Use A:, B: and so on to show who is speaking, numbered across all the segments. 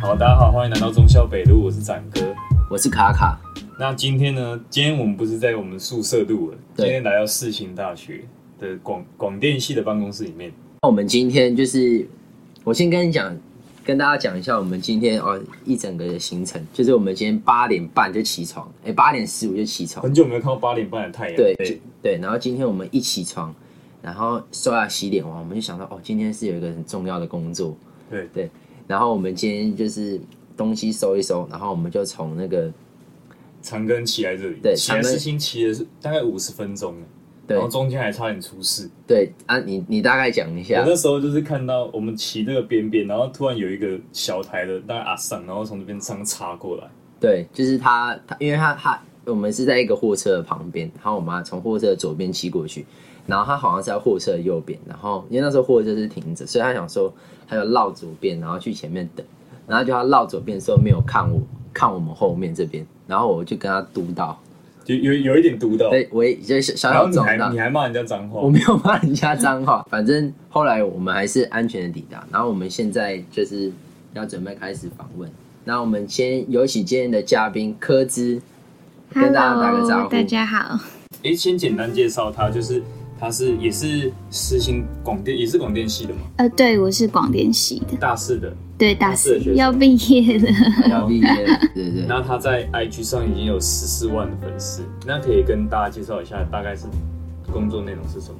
A: 好，大家好，欢迎来到忠孝北路，我是展哥。
B: 我是卡卡，
A: 那今天呢？今天我们不是在我们宿舍录了，今
B: 对
A: 天来到世新大学的广广电系的办公室里面。
B: 那我们今天就是，我先跟你讲，跟大家讲一下我们今天哦一整个的行程，就是我们今天八点半就起床，哎，八点十五就起床，
A: 很久没有看到八点半的太阳，
B: 对就对，然后今天我们一起床，然后刷牙洗脸完，我们就想到哦，今天是有一个很重要的工作，
A: 对
B: 对，然后我们今天就是东西收一收，然后我们就从那个
A: 长庚骑来这里，
B: 对
A: 骑来
B: 长庚
A: 世新骑了大概五十分钟了，
B: 对
A: 然后中间还差点出事。
B: 对啊，你你大概讲一
A: 我
B: 下，
A: 那时候就是看到我们骑这个边边，然后突然有一个小台的那阿上，然后从这边上插过来，
B: 对，就是他，他因为他他我们是在一个货车的旁边，然后我妈从货车的左边骑过去，然后他好像是在货车的右边，然后因为那时候货车是停着，所以他想说他就绕左边，然后去前面等，然后就他绕左边的时候没有看我，看我们后面这边，然后我就跟他嘟到，
A: 就有有一点毒到，
B: 对，我也就是小
A: 然后
B: 小
A: 你
B: 撞
A: 还
B: 到
A: 你。还骂人家脏话
B: 我，没有骂人家脏话，反正后来我们还是安全的抵达。然后我们现在就是要准备开始访问。那我们先有请今天的嘉宾柯兹，跟大家打个招呼
C: Hello，大家好，
A: 哎、先简单介绍他，就是他是也是实行广电，也是广电系的嘛，
C: 呃，对，我是广电系的，
A: 大四的。
C: 对，大
A: 四的
C: 四
A: 学生
C: 要毕业了。
B: 要毕业了，对对对。
A: 那他在 IG 上已经有十四万的粉丝，那可以跟大家介绍一下，大概是工作内容是什么？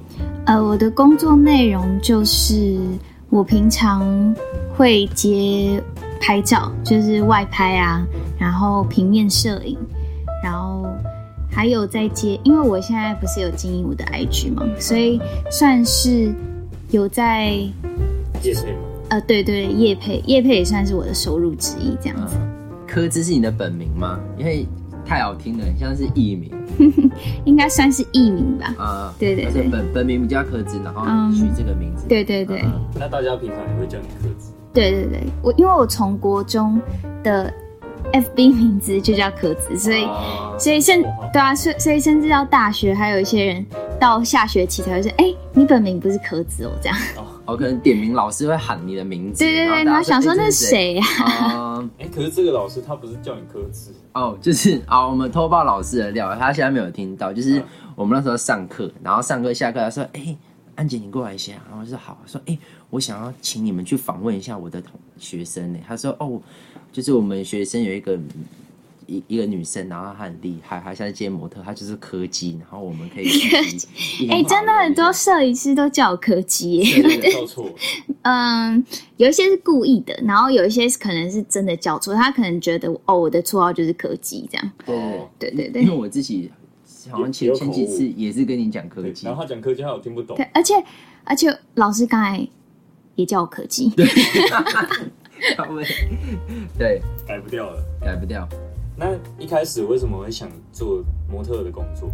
C: 呃，我的工作内容就是我平常会接拍照，就是外拍啊，然后平面摄影，然后还有在接，因为我现在不是有经营我的 IG 嘛，所以算是有在
A: 谢谢吗？
C: 呃，对对，业配业配也算是我的收入之一这样子。
B: 嗯，柯兹是你的本名吗？因为太好听了，很像是艺名嗯
C: 应该算是艺名吧。
B: 啊。
C: 对对
B: 但是
C: 对
B: 本本名不叫柯兹，然后
C: 嗯
B: 取这个名字。
C: 对对对、
B: 嗯
A: 那大家平常也会叫你柯子，
C: 对对对，我因为我从国中的 FB 名字就叫可子，所以、
B: 哦
A: 啊
C: 所以甚
A: 哇
C: 对啊，所以所以甚至到大学，还有一些人到下学期才会说，哎、你本名不是可子哦，这样。
B: 哦，可能点名老师会喊你的名字。
C: 对对对，
B: 大
C: 然
B: 家
C: 后想说那是？
B: 哎
C: 谁啊呀、
B: 这是哦
A: 哎、可是这个老师他不是叫你柯子，
B: 哦，就是啊，我们偷爆老师的料，他现在没有听到。就是我们那时候上课，然后上课下课，他说：“哎、安姐，你过来一下。”然后我就说：“好。”说：“哎、我想要请你们去访问一下我的同学生呢。”他说：“哦，就是我们学生有一个一一个女生，然后她很厉害，她现在接模特，她就是柯基，然后我们可以去一起
C: 哎、真的很多摄影师都叫我柯基耶。
A: 这个叫错，
C: 嗯，有一些是故意的，然后有一些是可能是真的叫错，他可能觉得哦，我的绰号就是柯基这样。
B: 对
A: 哦
C: 对对
B: 对，因为
C: 对。
B: 我自己好像
A: 有
B: 前
A: 有口
B: 前几次
A: 误
B: 也是跟你讲柯
A: 对，
B: 基
A: 然，后他讲柯基，他有听不懂
C: 对，，而且而且老师刚才也叫我柯基，
B: 他们 对
A: 改不掉了。
B: 改不掉。
A: 那一开始为什么会想做模特的工作？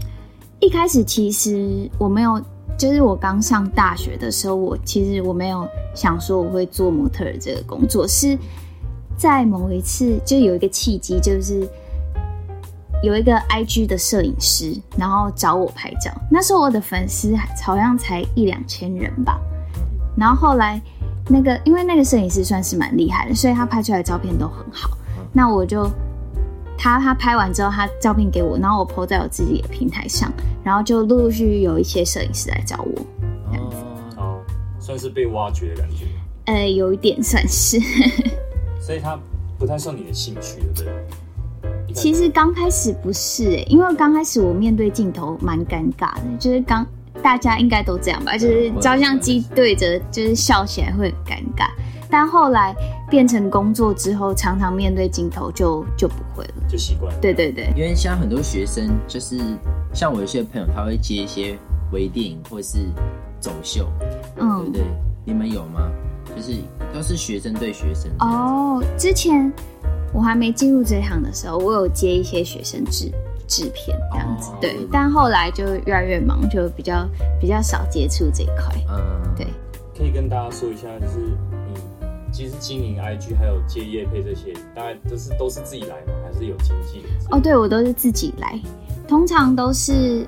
C: 一开始其实我没有，就是我刚上大学的时候，我其实我没有想说我会做模特儿这个工作，是在某一次就有一个契机，就是有一个 IG 的摄影师，然后找我拍照。那时候我的粉丝好像才一两千人吧，然后后来那个因为那个摄影师算是蛮厉害的，所以他拍出来的照片都很好。那我就他他拍完之后，他照片给我，然后我 po 在我自己的平台上，然后就陆陆续续有一些摄影师来找我，
B: 哦
A: 哦，算是被挖掘的感觉，
C: 呃，有一点算是。
A: 所以他不太算你的兴趣，对不对？一开始
C: 其实刚开始不是、欸，因为刚开始我面对镜头蛮尴尬的，就是刚大家应该都这样吧，就是照相机对着，就是笑起来会很尴尬。但后来变成工作之后，常常面对镜头就就不会了。
A: 就习惯了。
C: 对对对，
B: 因为现在很多学生就是像我有些朋友，他会接一些微电影或是走秀，对不
C: 嗯。
B: 对？你们有吗？就是都是学生对学生这样子
C: 哦，之前我还没进入这一行的时候，我有接一些学生制制片这样子，
B: 哦
C: 对，但后来就越来越忙，就比较比较少接触这一块。
B: 嗯，
C: 对，
A: 可以跟大家说一下，就是你其实经营 IG 还有接业配这些，大概就是都是自己来吗？还是有经纪人？
C: 哦，，对我都是自己来，通常都是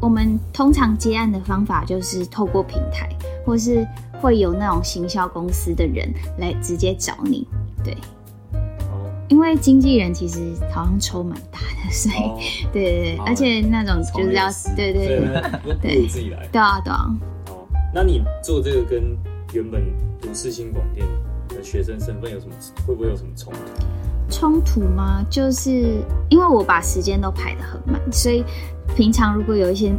C: 我们通常接案的方法就是透过平台，或是会有那种行销公司的人来直接找你。对，因为经纪人其实好像抽蛮大的，所以、
A: 哦，
C: 对对对，
B: 好
C: 而且那种
B: 从
C: 就是要
B: 律师
C: 对对
A: 对
C: 对，，
A: 那不如自己来。
C: 对啊对啊，
A: 哦，那你做这个跟原本读世新广电的学生身份有什么会不会有什么冲突？
C: 冲突吗？就是因为我把时间都排得很满，所以平常如果有一些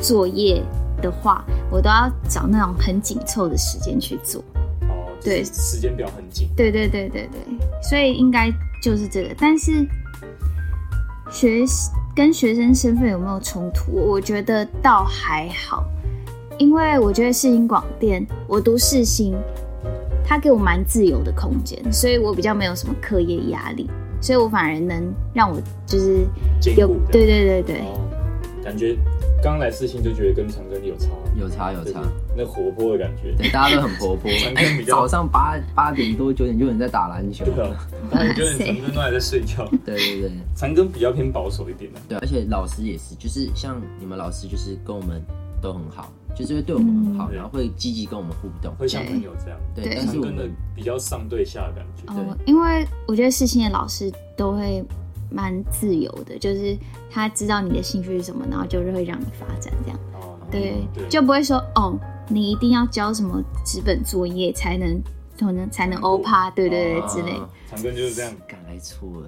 C: 作业的话，我都要找那种很紧凑的时间去做。
A: 哦，就是
C: 对
A: 时间表很紧。
C: 对对对对对，所以应该就是这个。但是学跟学生身份有没有冲突？我觉得倒还好，因为我觉得世新广电，我读世新，它给我蛮自由的空间，所以我比较没有什么课业压力，所以我反而能让我就是
A: 兼
C: 有
A: 顾的
C: 对对对对
A: 哦，感觉刚来世新就觉得跟长庚有差，
B: 有差有
A: 就是
B: 差，
A: 那活泼的感 觉。
B: 对，大家都很 活泼。
A: 长
B: 哎
A: 庚比较
B: 早上八八点多九点就有人在打篮球，
A: 对
B: 对
A: 啊，我觉得
C: 塞
A: 长庚都还在睡觉，
B: 对对
A: 长庚比较偏保守一点的。
B: 对，而且老师也是，就是像你们老师就是跟我们都很好，就是会对我们很好，
A: 嗯
B: 然后会积极跟我们互动，
A: 会像朋友这样，
B: 对，
C: 对
B: 但
A: 长
B: 是我
A: 庚的
B: 们
A: 比较上对下的感觉。
C: 哦，因为我觉得世新的老师都会蛮自由的，就是他知道你的兴趣是什么，然后就是会让你发展这样。
A: 哦，
C: 对，
A: 对
C: 就不会说哦，你一定要交什么纸本作业才能，才能才能欧趴，对对对
B: 啊
C: 之类的。
A: 长庚就是 这样，
B: 敢来错了，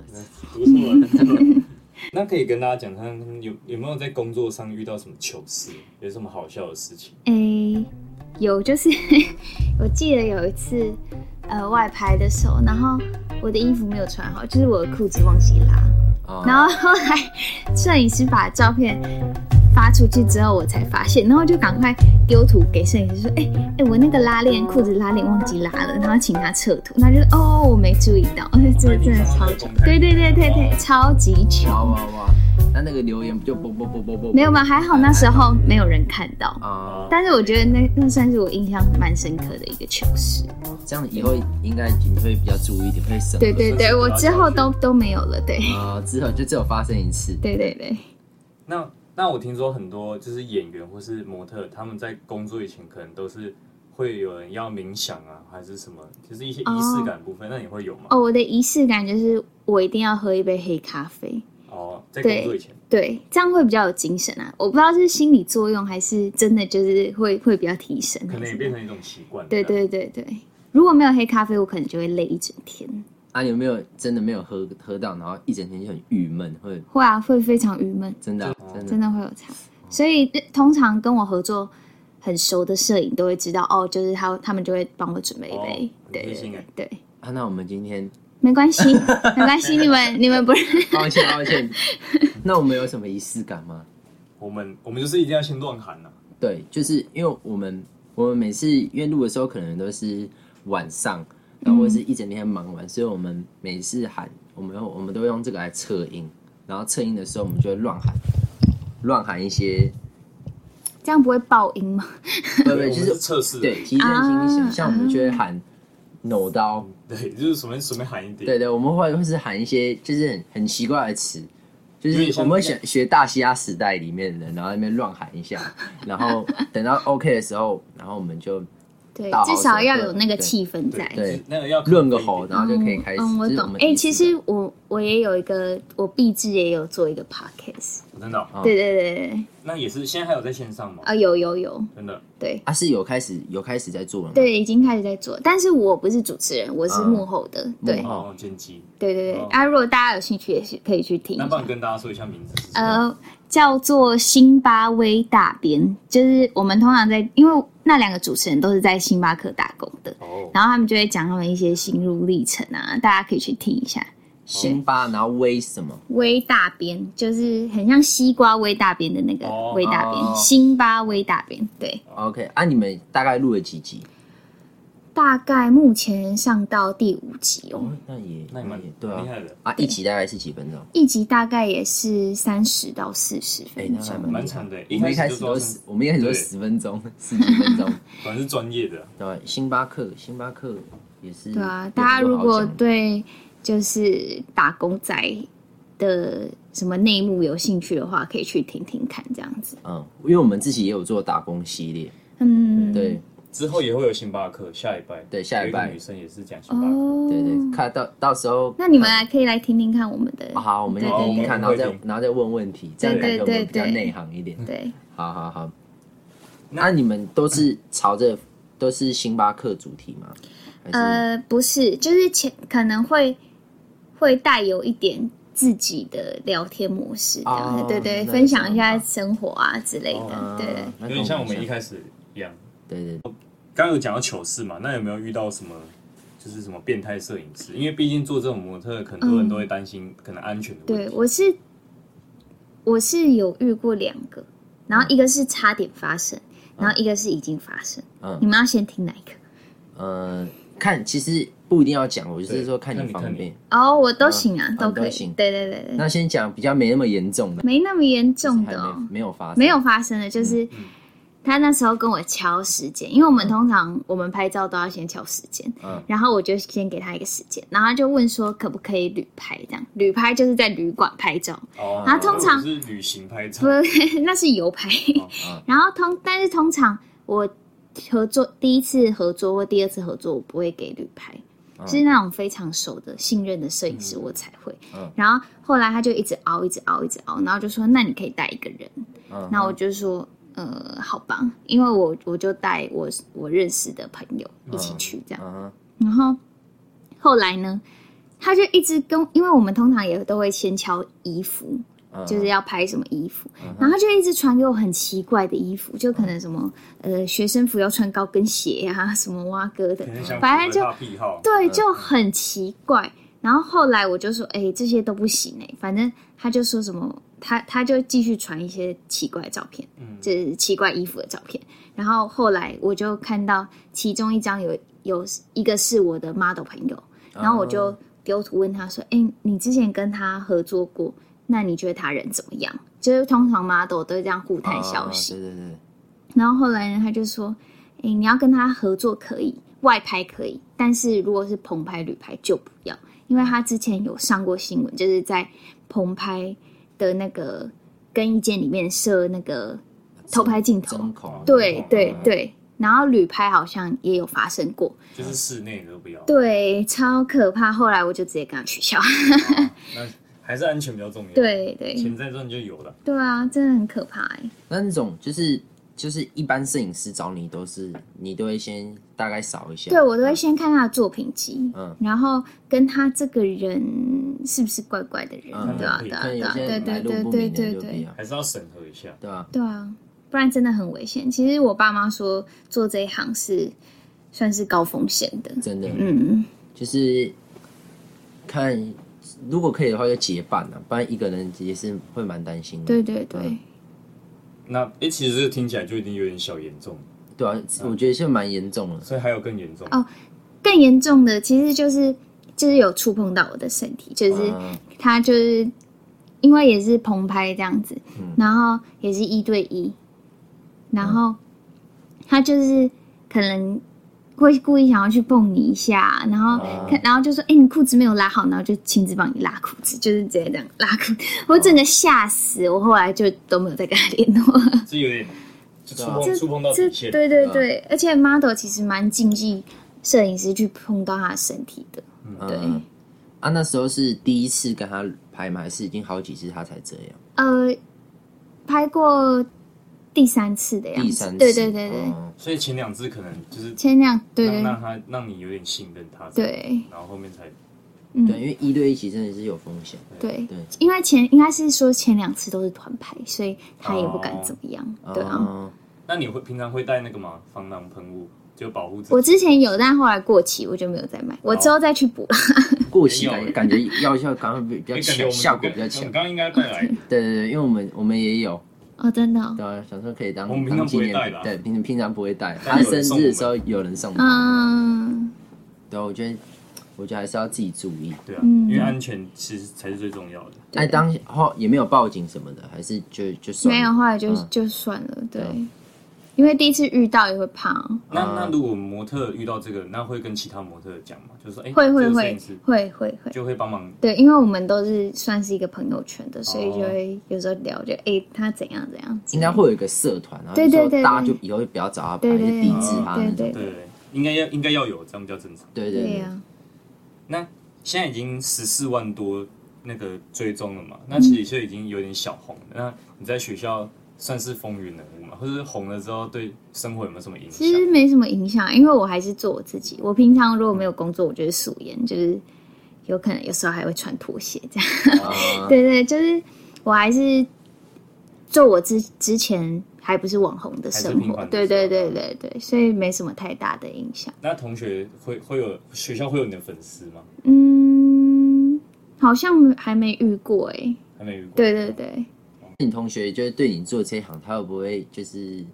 A: 不错了不错了。 那可以跟大家讲，他们有有没有在工作上遇到什么糗事，有什么好笑的事情？
C: 诶、有就是 我记得有一次，呃，外拍的时候，然后我的衣服没有穿好，就是我的裤子忘记拉，
B: 啊
C: 然后后来 摄影师把照片发出去之后，我才发现，然后就赶快丢图给摄影师说：“哎、哎、我那个拉链裤子拉链忘记拉了，然后请他撤图。”他就是哦，我没注意到， 这个真的超糗，对对对对对，超级
B: 哇
C: 糗。
B: 哇哇，那那个留言不就啵啵啵啵啵？
C: 没有吗？还好那时候没有人看到，
B: 啊，
C: 但是我觉得那那算是我印象蛮深刻的一个糗事。
B: 这样以后应该你会比较注意一点，会省
C: 对对对，我之后都都没有了，对
B: 啊，之啊后就只有发生一次，
C: 对对对，
A: 那那我听说很多就是演员或是模特，他们在工作以前可能都是会有人要冥想啊，还是什么，就是一些仪式感部分。那你会有吗？
C: 哦，我的仪式感就是我一定要喝一杯黑咖啡。
A: 哦，在工作以前，
C: 对，这样会比较有精神啊！我不知道是心理作用还是真的，就是会会比较提神，
A: 可能
C: 还
A: 也
C: 是
A: 变成一种习惯。
C: 对
A: 这样，
C: 对对对。如果没有黑咖啡，我可能就会累一整天，
B: 啊，你有没有真的没有喝喝到，然后一整天就很郁闷，会
C: 会啊，会非常郁闷，
B: 真的啊
A: 嗯
B: 真的
C: 真的会有差。所以呃通常跟我合作很熟的摄影都会知道，哦，就是他他们就会帮我准备一杯，
A: 哦
C: 对
A: 很贴
C: 对
A: 心
C: 对
A: 欸
C: 对，
B: 啊？那我们今天
C: 没关系，没关系，你们你们不是
B: 抱歉抱 歉，那我们有什么仪式感吗？
A: 我们我们就是一定要先乱喊啊呐、
B: 对，就是因为我们我们每次因为录的时候可能都是晚上，然后或者是
A: 嗯
B: 一整天忙完，所以我们每次喊，我们我们都会用这个来测音，然后测音的时候我们就会乱喊，乱喊 一些，
C: 这样不会爆音吗？
B: 对
A: 我
B: 对，
A: 们
B: 就是是
A: 测试的，
B: 对提振心
C: 啊
B: 想，像我们就会喊扭刀，
A: 对，就是随便随便喊一点。
B: 对对，我们会会是喊一些就是很很奇怪的词。就
A: 有点
B: 是
A: 像
B: 我们会学学大西亚时代里面的人，然后在那边乱喊一下，然后等到 OK 的时候，然后我们就
C: 对
B: 大，
C: 至
B: 好
C: 少
B: 手
C: 要
B: 对
C: 有那个
B: 对
C: 气氛在。
A: 对，
B: 对
A: 就是那个要
B: 润个喉，然
A: 后
B: 后就可以开始。
C: 嗯，我
B: 这是
C: 懂。
B: 们
C: 哎、
B: 仪式
C: 其实我我也有一个，我毕志也有做一个 podcast、
A: 真的哦、
B: 哦
C: 对对对对对，
A: 那也是现在还有在线上吗？
C: 啊，有有有，
A: 真的
C: 对
B: 啊是有开始有开始在做了吗？
C: 对，已经开始在做，但是我不是主持人，我是
B: 嗯
C: 幕后的。对
B: 幕后
A: 哦，剪辑。
C: 对对对
A: 哦，
C: 啊，如果大家有兴趣，也是可以去听
A: 那
C: 一
A: 帮
C: 下
A: 你。跟大家说一下名字是什么？
C: 呃，叫做辛巴威大边，就是我们通常在，因为那两个主持人都是在星巴克打工的，
A: 哦，
C: 然后他们就会讲他们一些心路历程啊，大家可以去听一下。
B: 辛巴，然后为什么？
C: 微大边，就是很像西瓜微大边的那个
A: 哦
C: 微大
B: 哦
C: 边，辛巴微大边。对，
B: OK，啊，你们大概录了几集？
C: 大概目前上到第五集哦，
B: 哦，那也
A: 那你
B: 也
A: 们
B: 对
A: 厉害
B: 啊，
A: 的，
B: 啊，一集大概是几分钟？
C: 一集大概也是三十到四十
B: 哎，
C: 分
B: 那还
C: 钟。
B: 蛮
A: 蛮
B: 厉害
A: 长的
B: 我们
A: 一开
B: 一开
A: 始
B: 始
A: 就
B: 都
A: 说
B: 十，我们一开始都
A: 对
B: 十分钟，十几分钟。
A: 反正是专业的。
B: 对吧，星巴克，星巴克也是。
C: 对啊
B: 也，不
C: 大家如
B: 好
C: 果
B: 讲
C: 对就是打工仔的什么内幕有兴趣的话，可以去听听看这样子。
B: 嗯，因为我们自己也有做打工系列，
C: 嗯，
B: 对，
A: 之后也会有星巴克，下礼拜
B: 对下礼拜
A: 有一个女生也是讲星巴克，
C: 哦，
B: 对对，看到到时候
C: 那你们还可以来听听看我们的，
B: 好，我们
C: 对
B: 就听听看，然
A: 对
B: 后
A: 对
B: 再
A: 对
B: 然后再问问题，这样
C: 对
B: 感
C: 对
B: 觉我们比较
C: 对对
B: 内行一点。
C: 对，
B: 好好好，啊
A: 那
B: 那你们都是朝着都是星巴克主题吗？还是
C: 呃，不是，就是前可能会会带有一点自己的聊天模式，这样、
B: 哦
C: 对对，
B: 那
C: 分享一下
B: 那
C: 生活啊之类的，
A: 哦
C: 对对。
B: 那
A: 有
B: 跟
A: 点像我
B: 们
A: 们一开始一样。
B: 对对对
A: 刚刚有讲到糗事嘛，那有没有遇到什么就是什么变态摄影师？因为毕竟做这种模特，很多人都会担心可能安全的问
C: 对，
A: 题。
C: 我是我是有遇过两个，然后一个是差点发生，然后一个是已经发生。
B: 嗯
C: 你们要先听哪一个？
B: 呃，看其实不一定要讲，我就是说看
A: 对
B: 你
A: 看
B: 方
A: 你
B: 便。
C: 哦，我都行啊，
B: 嗯
C: 都可
B: 都
C: 以。
B: 行
C: 对对对对，
B: 那先讲比较没那么严重的，
C: 没那么严重
B: 还
C: 的、哦
B: 没。没有发生，啊
C: 没有发生的，就是
A: 嗯
C: 他那时候跟我敲时间，因为我们通常我们拍照都要先敲时间，
B: 嗯
C: 然后我就先给他一个时间，然后他就问说可不可以旅拍这样，旅拍就是在旅馆拍照，
A: 哦
C: 然后通常
A: 我是旅行拍照
C: 不， 那是游拍
B: 哦。
C: 然后通但是通常我合作第一次合作或第二次合作，我不会给旅拍。就是那种非常熟的、信任的摄影师，我才会。
B: 嗯
C: 然后后来他就一直熬，一直熬，一直熬，然后就说：“那你可以带一个人。”
B: 嗯
C: 那我就说，呃，好吧，因为我我就带我我认识的朋友一起去这样。
B: 嗯哼
C: 然后后来呢，他就一直跟，因为我们通常也都会先敲衣服，
B: 嗯
C: 就是要拍什么衣服，
A: 嗯
C: 然后他就一直传给我很奇怪的衣服，就可能什么呃学生服要穿高跟鞋啊，什么蛙哥的
A: 可能，像
C: 反正就
A: 符合他嗯癖好。
C: 对，就很奇怪。然后后来我就说，哎、这些都不行哎、反正他就说什么，他他就继续传一些奇怪的照片，
A: 嗯
C: 就是奇怪衣服的照片。然后后来我就看到其中一张有有一个是我的 model 朋友，
B: 啊
C: 然后我
B: 嗯
C: 就丢图问他说，哎、你之前跟他合作过，那你觉得他人怎么样？就是通常 model 都这样互探消息，
B: 啊对对对，
C: 然后后来呢，他就说：“诶，你要跟他合作可以，外拍可以，但是如果是棚拍、旅拍就不要，因为他之前有上过新闻，就是在棚拍的那个更衣间里面设那个偷拍镜头。
B: 针孔，啊
C: 对
A: 哦
C: 对对，然后旅拍好像也有发生过，
A: 就是室内的都不要。
C: 对，超可怕。后来我就直接跟他取消。
A: 啊那还是安全比较重要。，
C: 对对
A: 钱在赚就有了。
C: 对啊，真的很可怕哎、
B: 那那种就是就是一般摄影师找你都是你都会先大概扫一下，
C: 对我都会先看他的作品集，
B: 嗯
C: 然后跟他这个人是不是怪怪的人，
B: 嗯
C: 对啊，
A: 对
C: 对啊，
B: 可能
C: 对
B: 有
C: 啊，
B: 些
C: 对
B: 来
C: 对
B: 路
C: 对
B: 不
C: 对
B: 明
C: 对
B: 的就不一
C: 对，
B: 样，
A: 还是要审核一下。
B: 对吧？
C: 对啊，不然真的很危险。其实我爸妈说做这一行是算是高风险的，
B: 真的，
C: 嗯，
B: 就是看如果可以的话就结伴啊，不然一个人也是会蛮担心的。
C: 对对对
B: 嗯，
A: 那诶，其实这听起来就已经有点小严重，
B: 对啊，我觉得是蛮严重的。
A: 所以还有更严重。
C: 哦更严重的其实就是就是有触碰到我的身体，就是
B: 嗯
C: 他就是因为也是棚拍这样子，然后也是一对一，然后他就是可能会故意想要去碰你一下，然后、
B: 啊
C: 看，然后就说：“哎、你裤子没有拉好。”然后就亲自帮你拉裤子，就是直接这样拉裤 子，我整个吓死，我后来就都没有再跟他联络。
A: 这有点就触
B: 对啊
A: 碰触碰到
C: 这
A: 底线。
C: 对对对，而且 model 其实蛮禁忌摄影师去碰到他的身体的，对。
B: 嗯啊，那时候是第一次跟他拍吗？还是已经好几次他才这样？
C: 呃，拍过第三次的样子，
B: 第三次，
C: 对对对对，
B: 嗯
A: 所以前两次可能就是
C: 前两对
A: 让
C: 对
A: 让他让你有点信任他，，
C: 对
A: 然后后面才
C: 嗯
B: 对，因为一对一其实真的是有风险。
C: 对
B: 对，
C: 因为前应该是说前两次都是团拍，所以他也不敢怎么样，对啊。
B: 嗯，
A: 那你会平常会带那个吗？防狼喷雾就保护自己。
C: 我之前有，但后来过期，我就没有再
B: 哦
C: 买。我之后再去 补。
B: 过期感
A: 没
B: 觉
A: 有
B: 感觉要要赶快比比较
A: 诶感觉
B: 强，
A: 我们
B: 效果比较
A: 刚我
B: 强
A: 们。刚刚应该带
C: 嗯
A: 来，
B: 对对对，因为我们我们也有，
C: 哦，真的哦，
B: 对啊，想说可以当
A: 我们平
B: 当
A: 常
B: 纪
A: 不会
B: 念
A: 带
B: 品
A: 啦
B: 对，平平常不 会带。
A: 但
B: 他
A: 有
B: 生
A: 人送
B: 日的
A: 我们
B: 时候有人送他，
C: 嗯，
B: 对啊，我觉得我觉得还是要自己注意。
A: 对啊，
C: 嗯
A: 因为安全其实才是最重要的。
B: 那当后也没有报警什么的，还是就就算
C: 没有，
B: 了
C: 后来就
B: 嗯
C: 就算了。对，因为第一次遇到也会怕啊、
A: 那那如果模特遇到这个，那会跟其他模特讲吗？就是说，哎、
C: 会会
A: 这个摄
C: 会
A: 影师
C: 会会会，
A: 就会帮忙
C: 对，因为我们都是算是一个朋友圈的，所以
A: 哦
C: 就会有时候聊就哎、诶他怎样怎样，
B: 应该会有一个社团，然后
C: 对
B: 就说
C: 对对
B: 大家就
C: 对
B: 以后就不要找他拍，
C: 对
B: 就
C: 对
B: 抵制他那种。对
C: 对对
A: 对，应该要应该要有，这样比较正常。
B: 对
C: 对啊
B: 对，
C: 呀、
A: 那现在已经十四万多那个追踪了嘛？那其实就已经有点小红了。那你在学校算是风云人物嘛？或者是红了之后对生活有没有什么影响
C: 其？实没什么影响，因为我还是做我自己。我平常如果没有工作，我就是素颜，就是有可能有时候还会穿拖鞋这样。
B: 啊
C: 对对，就是我还是做我之之前还不是网红的
A: 还是
C: 生
A: 平
C: 活，
A: 凡的
C: 对对
A: 生
C: 对
A: 活啊
C: 对对，所以没什么太大的影响。
A: 那同学会会有学校会有你的粉丝吗？
C: 嗯，好像还没遇过哎、
A: 还没遇过。
C: 对对对，
B: 你同学就是对你做这一行，他会不会就是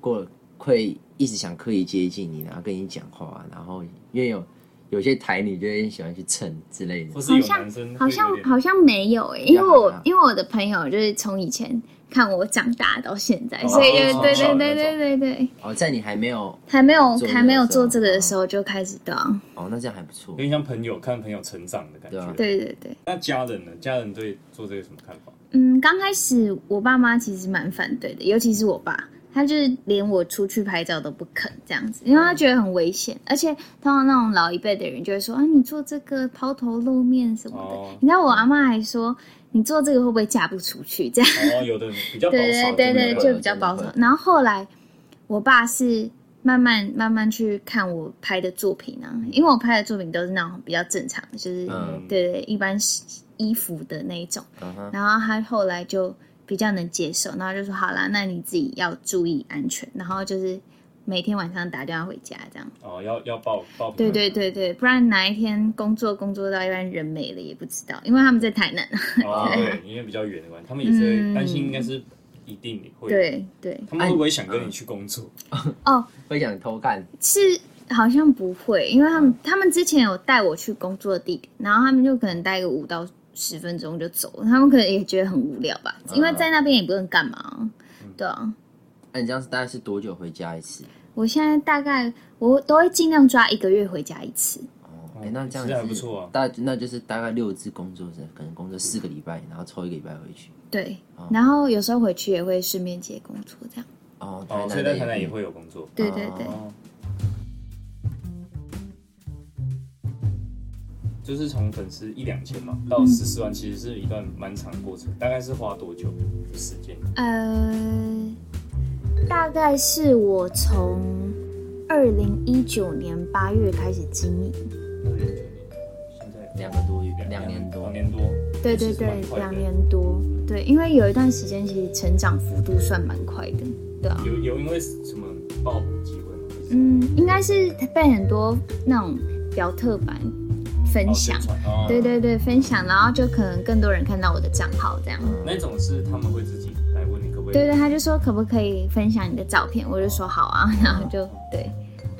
B: 过会一直想刻意接近你，然后跟你讲话啊，然后因为有有些台女就会喜欢去蹭之类
A: 或
B: 的。
A: 是有男生
C: 好
A: 会有
C: 像
A: 点
C: 好像没有哎、因为
B: 要好
C: 我
B: 啊
C: 因为我的朋友就是从以前看我长大到现在，
B: 哦
C: 所以就对
B: 从小
C: 对
B: 那
C: 对
B: 种
C: 对对对，
B: 哦，在你还没有
C: 还没有
B: 做这个
C: 还没有
B: 的时候
C: 做这个的时候就开始到，
B: 哦，那这样还不错
A: 有。点像朋友看朋友成长的感
B: 对
A: 觉。
B: 啊
C: 对对对。
A: 那家人呢？家人对做这个有什么看法？
C: 嗯，刚开始我爸妈其实蛮反对的，尤其是我爸，他就是连我出去拍照都不肯这样子，因为他觉得很危险，而且通常那种老一辈的人就会说啊，你做这个抛头露面什么的。
A: 哦
C: 你知道我阿妈还说，你做这个会不会嫁不出去？这样，
A: 哦，有的比较保
C: 对
A: 守，
C: 对对对，
B: 会
C: 就比较保守
B: 真的。会
C: 然后后来我爸是慢慢慢慢去看我拍的作品啊，因为我拍的作品都是那种比较正常的，就是、
B: 嗯
C: 对对一般是衣服的那一种。
B: 嗯哼，
C: 然后他后来就比较能接受，然后就说好啦，那你自己要注意安全，然后就是每天晚上打电话回家这样。
A: 哦，要要报报啊平
C: 对
A: 安
C: 对对对，不然哪一天工作工作到一半人没了也不知道，因为他们在台南。啊
A: 哦，对，因为比较远的关系，他们也是会
C: 嗯
A: 担心，应该是一定会。，
C: 对啊对，
A: 他们会不会想跟你去工作？
C: 哦，
B: 会想偷看
C: 是好像不会，因为他们他们之前有带我去工作的地点，然后他们就可能待个五到十分钟就走了，他们可能也觉得很无聊吧，因为在那边也不能干嘛，对啊。
B: 那、你这样子大概是多久回家一次？
C: 我现在大概我都会尽量抓一个月回家一次，
B: 哦，哎、那这样
A: 其
B: 子
A: 实还不错啊
B: 大那就是大概六至工作日，可能工作四个礼拜，然后抽一个礼拜回去。
C: 对
B: 哦，
C: 然后有时候回去也会顺便接工作这样。啊
B: 哦，
A: 哦，所以在台南也会有工作。
C: 嗯对对对，
A: 哦，就是从粉丝一两千嘛到十四万，
C: 嗯
A: 其实是一段蛮长的过程，大概是花多久的时间？
C: 呃，大概是我从二零一九年八月开始经营，
A: 现在
B: 两个多月，两年多
A: 两。年多，
C: 对对
A: 其实蛮
C: 对，
A: 快的
C: 两年多，对，因为有一段时间其实成长幅度算蛮快的，对啊，
A: 有有因为什么爆红机会吗？
C: 嗯，应该是被很多那种表特版分
A: 哦宣，
C: 享
A: 传哦
C: 对对对，分享，然后就可能更多人看到我的账号这样。
A: 那种是他们会自己来问你可不可以？
C: 对对，他就说可不可以分享你的照片，我就说好啊，然后就对，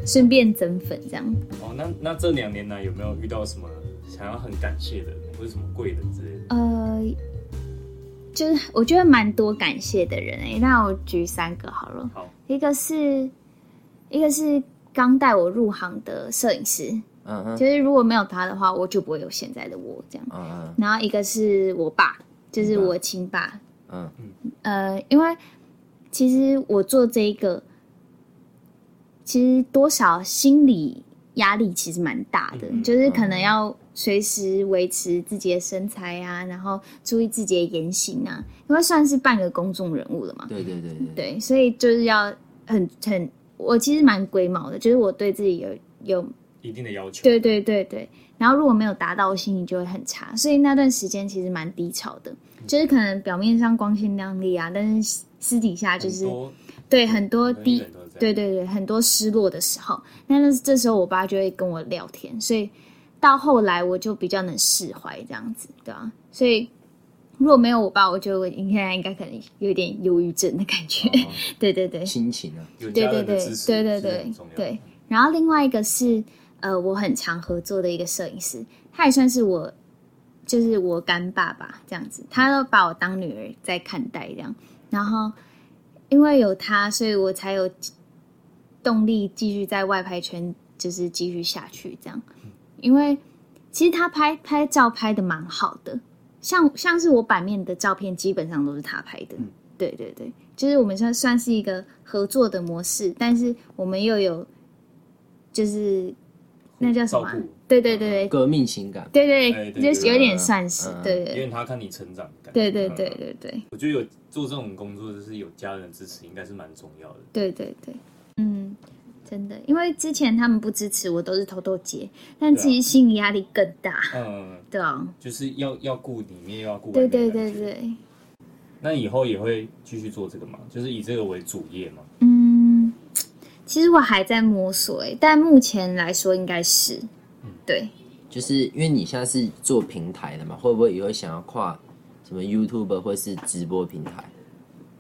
C: 顺便增粉这样。
A: 哦，那那这两年来有没有遇到什么想要很感谢的，或者什么贵人之类的？
C: 呃，就是我觉得蛮多感谢的人诶、那我举三个好了，
A: 好，
C: 一个是一个是刚带我入行的摄影师，
B: 嗯哼，
C: 就是如果没有他的话，我就不会有现在的我这样。
B: 嗯
C: 然后一个是我爸，就是
B: 你爸
C: 我亲爸，
B: 嗯
C: 呃，因为其实我做这一个，其实多少心理压力其实蛮大的，
A: 嗯
C: 就是可能要随时维持自己的身材啊，然后注意自己的言行啊，因为算是半个公众人物了嘛
B: 嗯，，对对对对。
C: 对，所以就是要很很，我其实蛮龟毛的，就是我对自己有有
A: 一定的要求。
C: 对对对对，然后如果没有达到，我心情就会很差，所以那段时间其实蛮低潮的，
A: 嗯
C: 就是可能表面上光鲜亮丽啊，但是私底下就是
A: 很多
C: 对很多
A: 人艺
C: 低
A: 人都是这样。
C: 对对对很多失落的时候，那那这时候我爸就会跟我聊天，所以到后来我就比较能释怀这样子，对啊，所以。如果没有我爸，我觉得我应该应该可能有点忧郁症的感觉。
A: 哦
C: 对对对，
B: 心情啊，
A: 有
C: 对
A: 家
C: 对
A: 人的
C: 对
A: 支持
C: 对对
A: 是很
C: 对
A: 重要的
C: 对。然后另外一个是呃，我很常合作的一个摄影师，他也算是我就是我干爸爸这样子，他都把我当女儿在看待这样。然后因为有他，所以我才有动力继续在外拍圈，就是继续下去这样。因为其实他拍拍照拍的蛮好的，像像是我版面的照片，基本上都是他拍的。
A: 嗯
C: 对对对，就是我们算算是一个合作的模式，但是我们又有就是那叫什么啊
A: 照顾？
C: 对对对
B: 革命情感，
C: 对
A: 哎
C: 对
A: 对
C: 对
A: 对
C: 对，就是有点
B: 对
C: 算是
B: 嗯
C: 对
A: 因
C: 对
A: 为他看你成长的感觉。嗯
C: 对对对对对。
A: 我觉得有做这种工作，就是有家人的支持，应该是蛮重要的。
C: 对对对，嗯，真的，因为之前他们不支持我，都是偷偷接，但
A: 对啊
C: 其实心理压力更大，
A: 嗯，
C: 对啊，
A: 就是要要顾里面，又要顾外
C: 对
A: 面的
C: 对
A: 感
C: 对
A: 觉。
C: 对，
A: 那以后也会继续做这个嘛？就是以这个为主业嘛？
C: 嗯，其实我还在摸索哎、但目前来说应该是，对，
B: 就是因为你现在是做平台的嘛，会不会以后想要跨什么 YouTube 或是直播平台？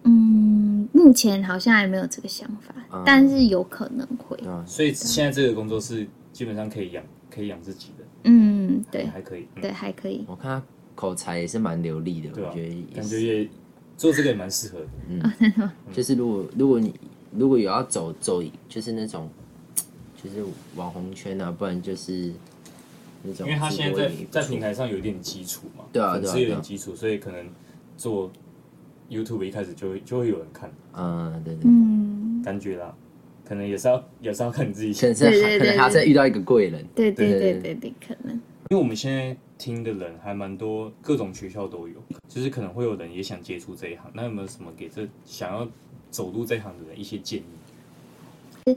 C: 嗯，目前好像还没有这个想法，
B: 嗯
C: 但是有可能会，
B: 啊，
A: 所以现在这个工作是基本上可以养，可以养自己的，
C: 嗯，对
A: 也还可以。嗯
C: 对，还可以，
B: 我看他口才也是蛮流利的，
A: 对
B: 我
A: 啊
B: 觉得也，
A: 感
B: 是
A: 觉也做这个也蛮适合的。
B: 就是如果如果你如果有要走走，就是那种就是网红圈啊，不然就是那种直播
A: 因为
B: 也不
A: 他
B: 错，
A: 现在在在平台上有点基础嘛，
B: 对啊
A: 粉丝
B: 对啊
A: 有
B: 对啊
A: 点基础，所以可能做 YouTube 一开始就会就会有人看，
B: 嗯，对对，
C: 嗯，
A: 感觉啦，可能也是要也是要看你自己
B: 可
A: 想，
B: 能是
C: 对对对
B: 可能他在遇到一个贵人，
C: 对对
B: 对
C: 对
B: 对
C: 对对，可能，
A: 因为我们现在听的人还蛮多，各种学校都有，就是可能会有人也想接触这一行，那有没有什么给这想要走入这一行的人一些建议？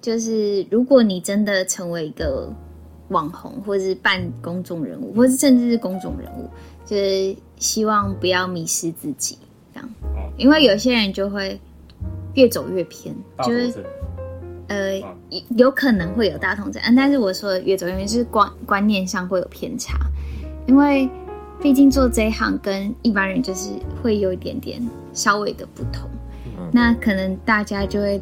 C: 就是如果你真的成为一个网红，或者是半公众人物，或是甚至是公众人物，就是希望不要迷失自己，这样
A: 哦，
C: 因为有些人就会越走越偏，
A: 大
C: 就
A: 头
C: 是
A: 症，
C: 呃
A: 啊，
C: 有可能会有大同症，嗯但是我说的越走越偏就是观观念上会有偏差，因为毕竟做这一行跟一般人就是会有一点点稍微的不同，
B: 嗯
C: 那可能大家就会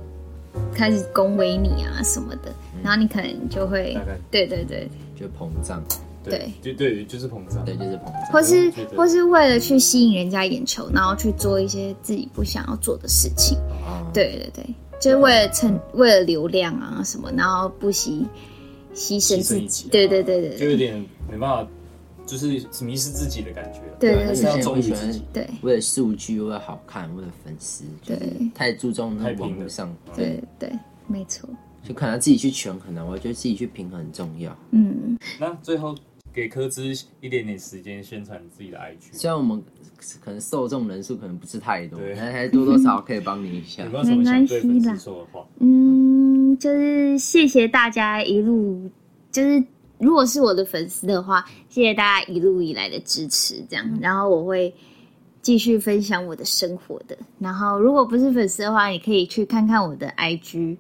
C: 开始恭维你啊什么的，然后你可能就会
A: 大概
C: 对对对，
B: 就膨胀，
A: 对，就对，就是膨胀，
B: 对，就是膨胀。
C: 或是
A: 我觉得
C: 或是为了去吸引人家眼球，然后去做一些自己不想要做的事情。
B: 啊，
C: 对对对，就是为了蹭，为了流量啊什么，然后不惜牺牲
A: 牺
C: 自
A: 牲一啊
C: 己。
A: 切，
C: 对对对对
A: 就有
C: 对
A: 点没办法，就是迷失自己的感觉，
C: 对对
B: 有
A: 还是
B: 些
A: 要
B: 人
A: 忠
B: 会
A: 于
B: 喜
A: 自己
B: 欢。
C: 对
B: 为了数据，为了好看，为了粉丝，就是
C: 对
B: 太注重那
A: 太
B: 个网
A: 拼
B: 络
A: 了
B: 上，
C: 对对，没错。
B: 就可能自己去权衡啊，我觉得自己去平衡很重要。
C: 嗯，
A: 那最后给科兹一点点时间宣传自己的 IG，
B: 虽然我们可能受众人数可能不是太多
A: 对，
B: 但还多多少少可以帮你一下
A: 有。没有什么想对粉丝说的话？
C: 嗯，就是谢谢大家一路，就是如果是我的粉丝的话，谢谢大家一路以来的支持，这样，然后我会继续分享我的生活的。然后，如果不是粉丝的话，也可以去看看我的 IG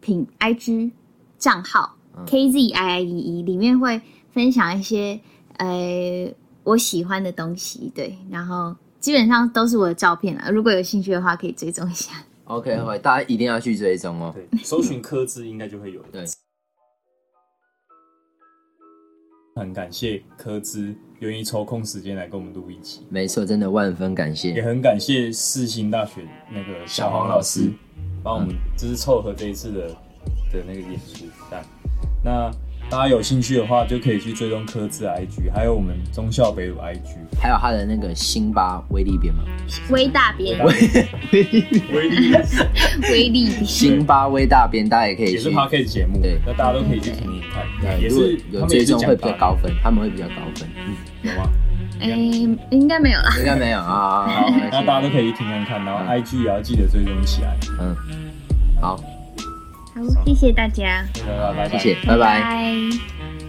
C: 品 IG 账号 KZIIEE，里 E 面会分享一些呃我喜欢的东西，对，然后基本上都是我的照片了。如果有兴趣的话，可以追踪一下。
B: OK，会大家一定要去追踪哦。
A: 对，搜寻科兹应该就会有的。
B: 对，
A: 很感谢科兹愿意抽空时间来跟我们录一集，
B: 没错，真的万分感
A: 也
B: 谢。
A: 很感谢世新大学那个小黄老师
B: 嗯
A: 帮我们就是凑合这一次的的那个演出。但那大家有兴趣的话，就可以去追踪科兹的 IG，还有我们中校北鲁 IG。
B: 还有他的那个辛巴威力边嘛，
C: 微大边，
A: 威力
C: 微力边，
B: 辛巴威大边，大家也可以
A: 也是
B: 去。
A: podcast 节目，
B: 对
A: 那大家都可以去听听看，
B: 对，
A: 也
B: 如果
A: 是
B: 有追踪会比较，高分，他们会比较高分。
A: 他们也是讲到有吗？
C: 哎、应该没有啦。
B: 应该没有啊。好
A: 好，
B: 没
A: 那
B: 关系
A: 大家都可以去听看看，然后 IG 也要记得追踪起来，
B: 嗯，好，
C: 好，谢谢大家，
A: 拜拜拜拜
B: 谢谢，拜拜。
C: 拜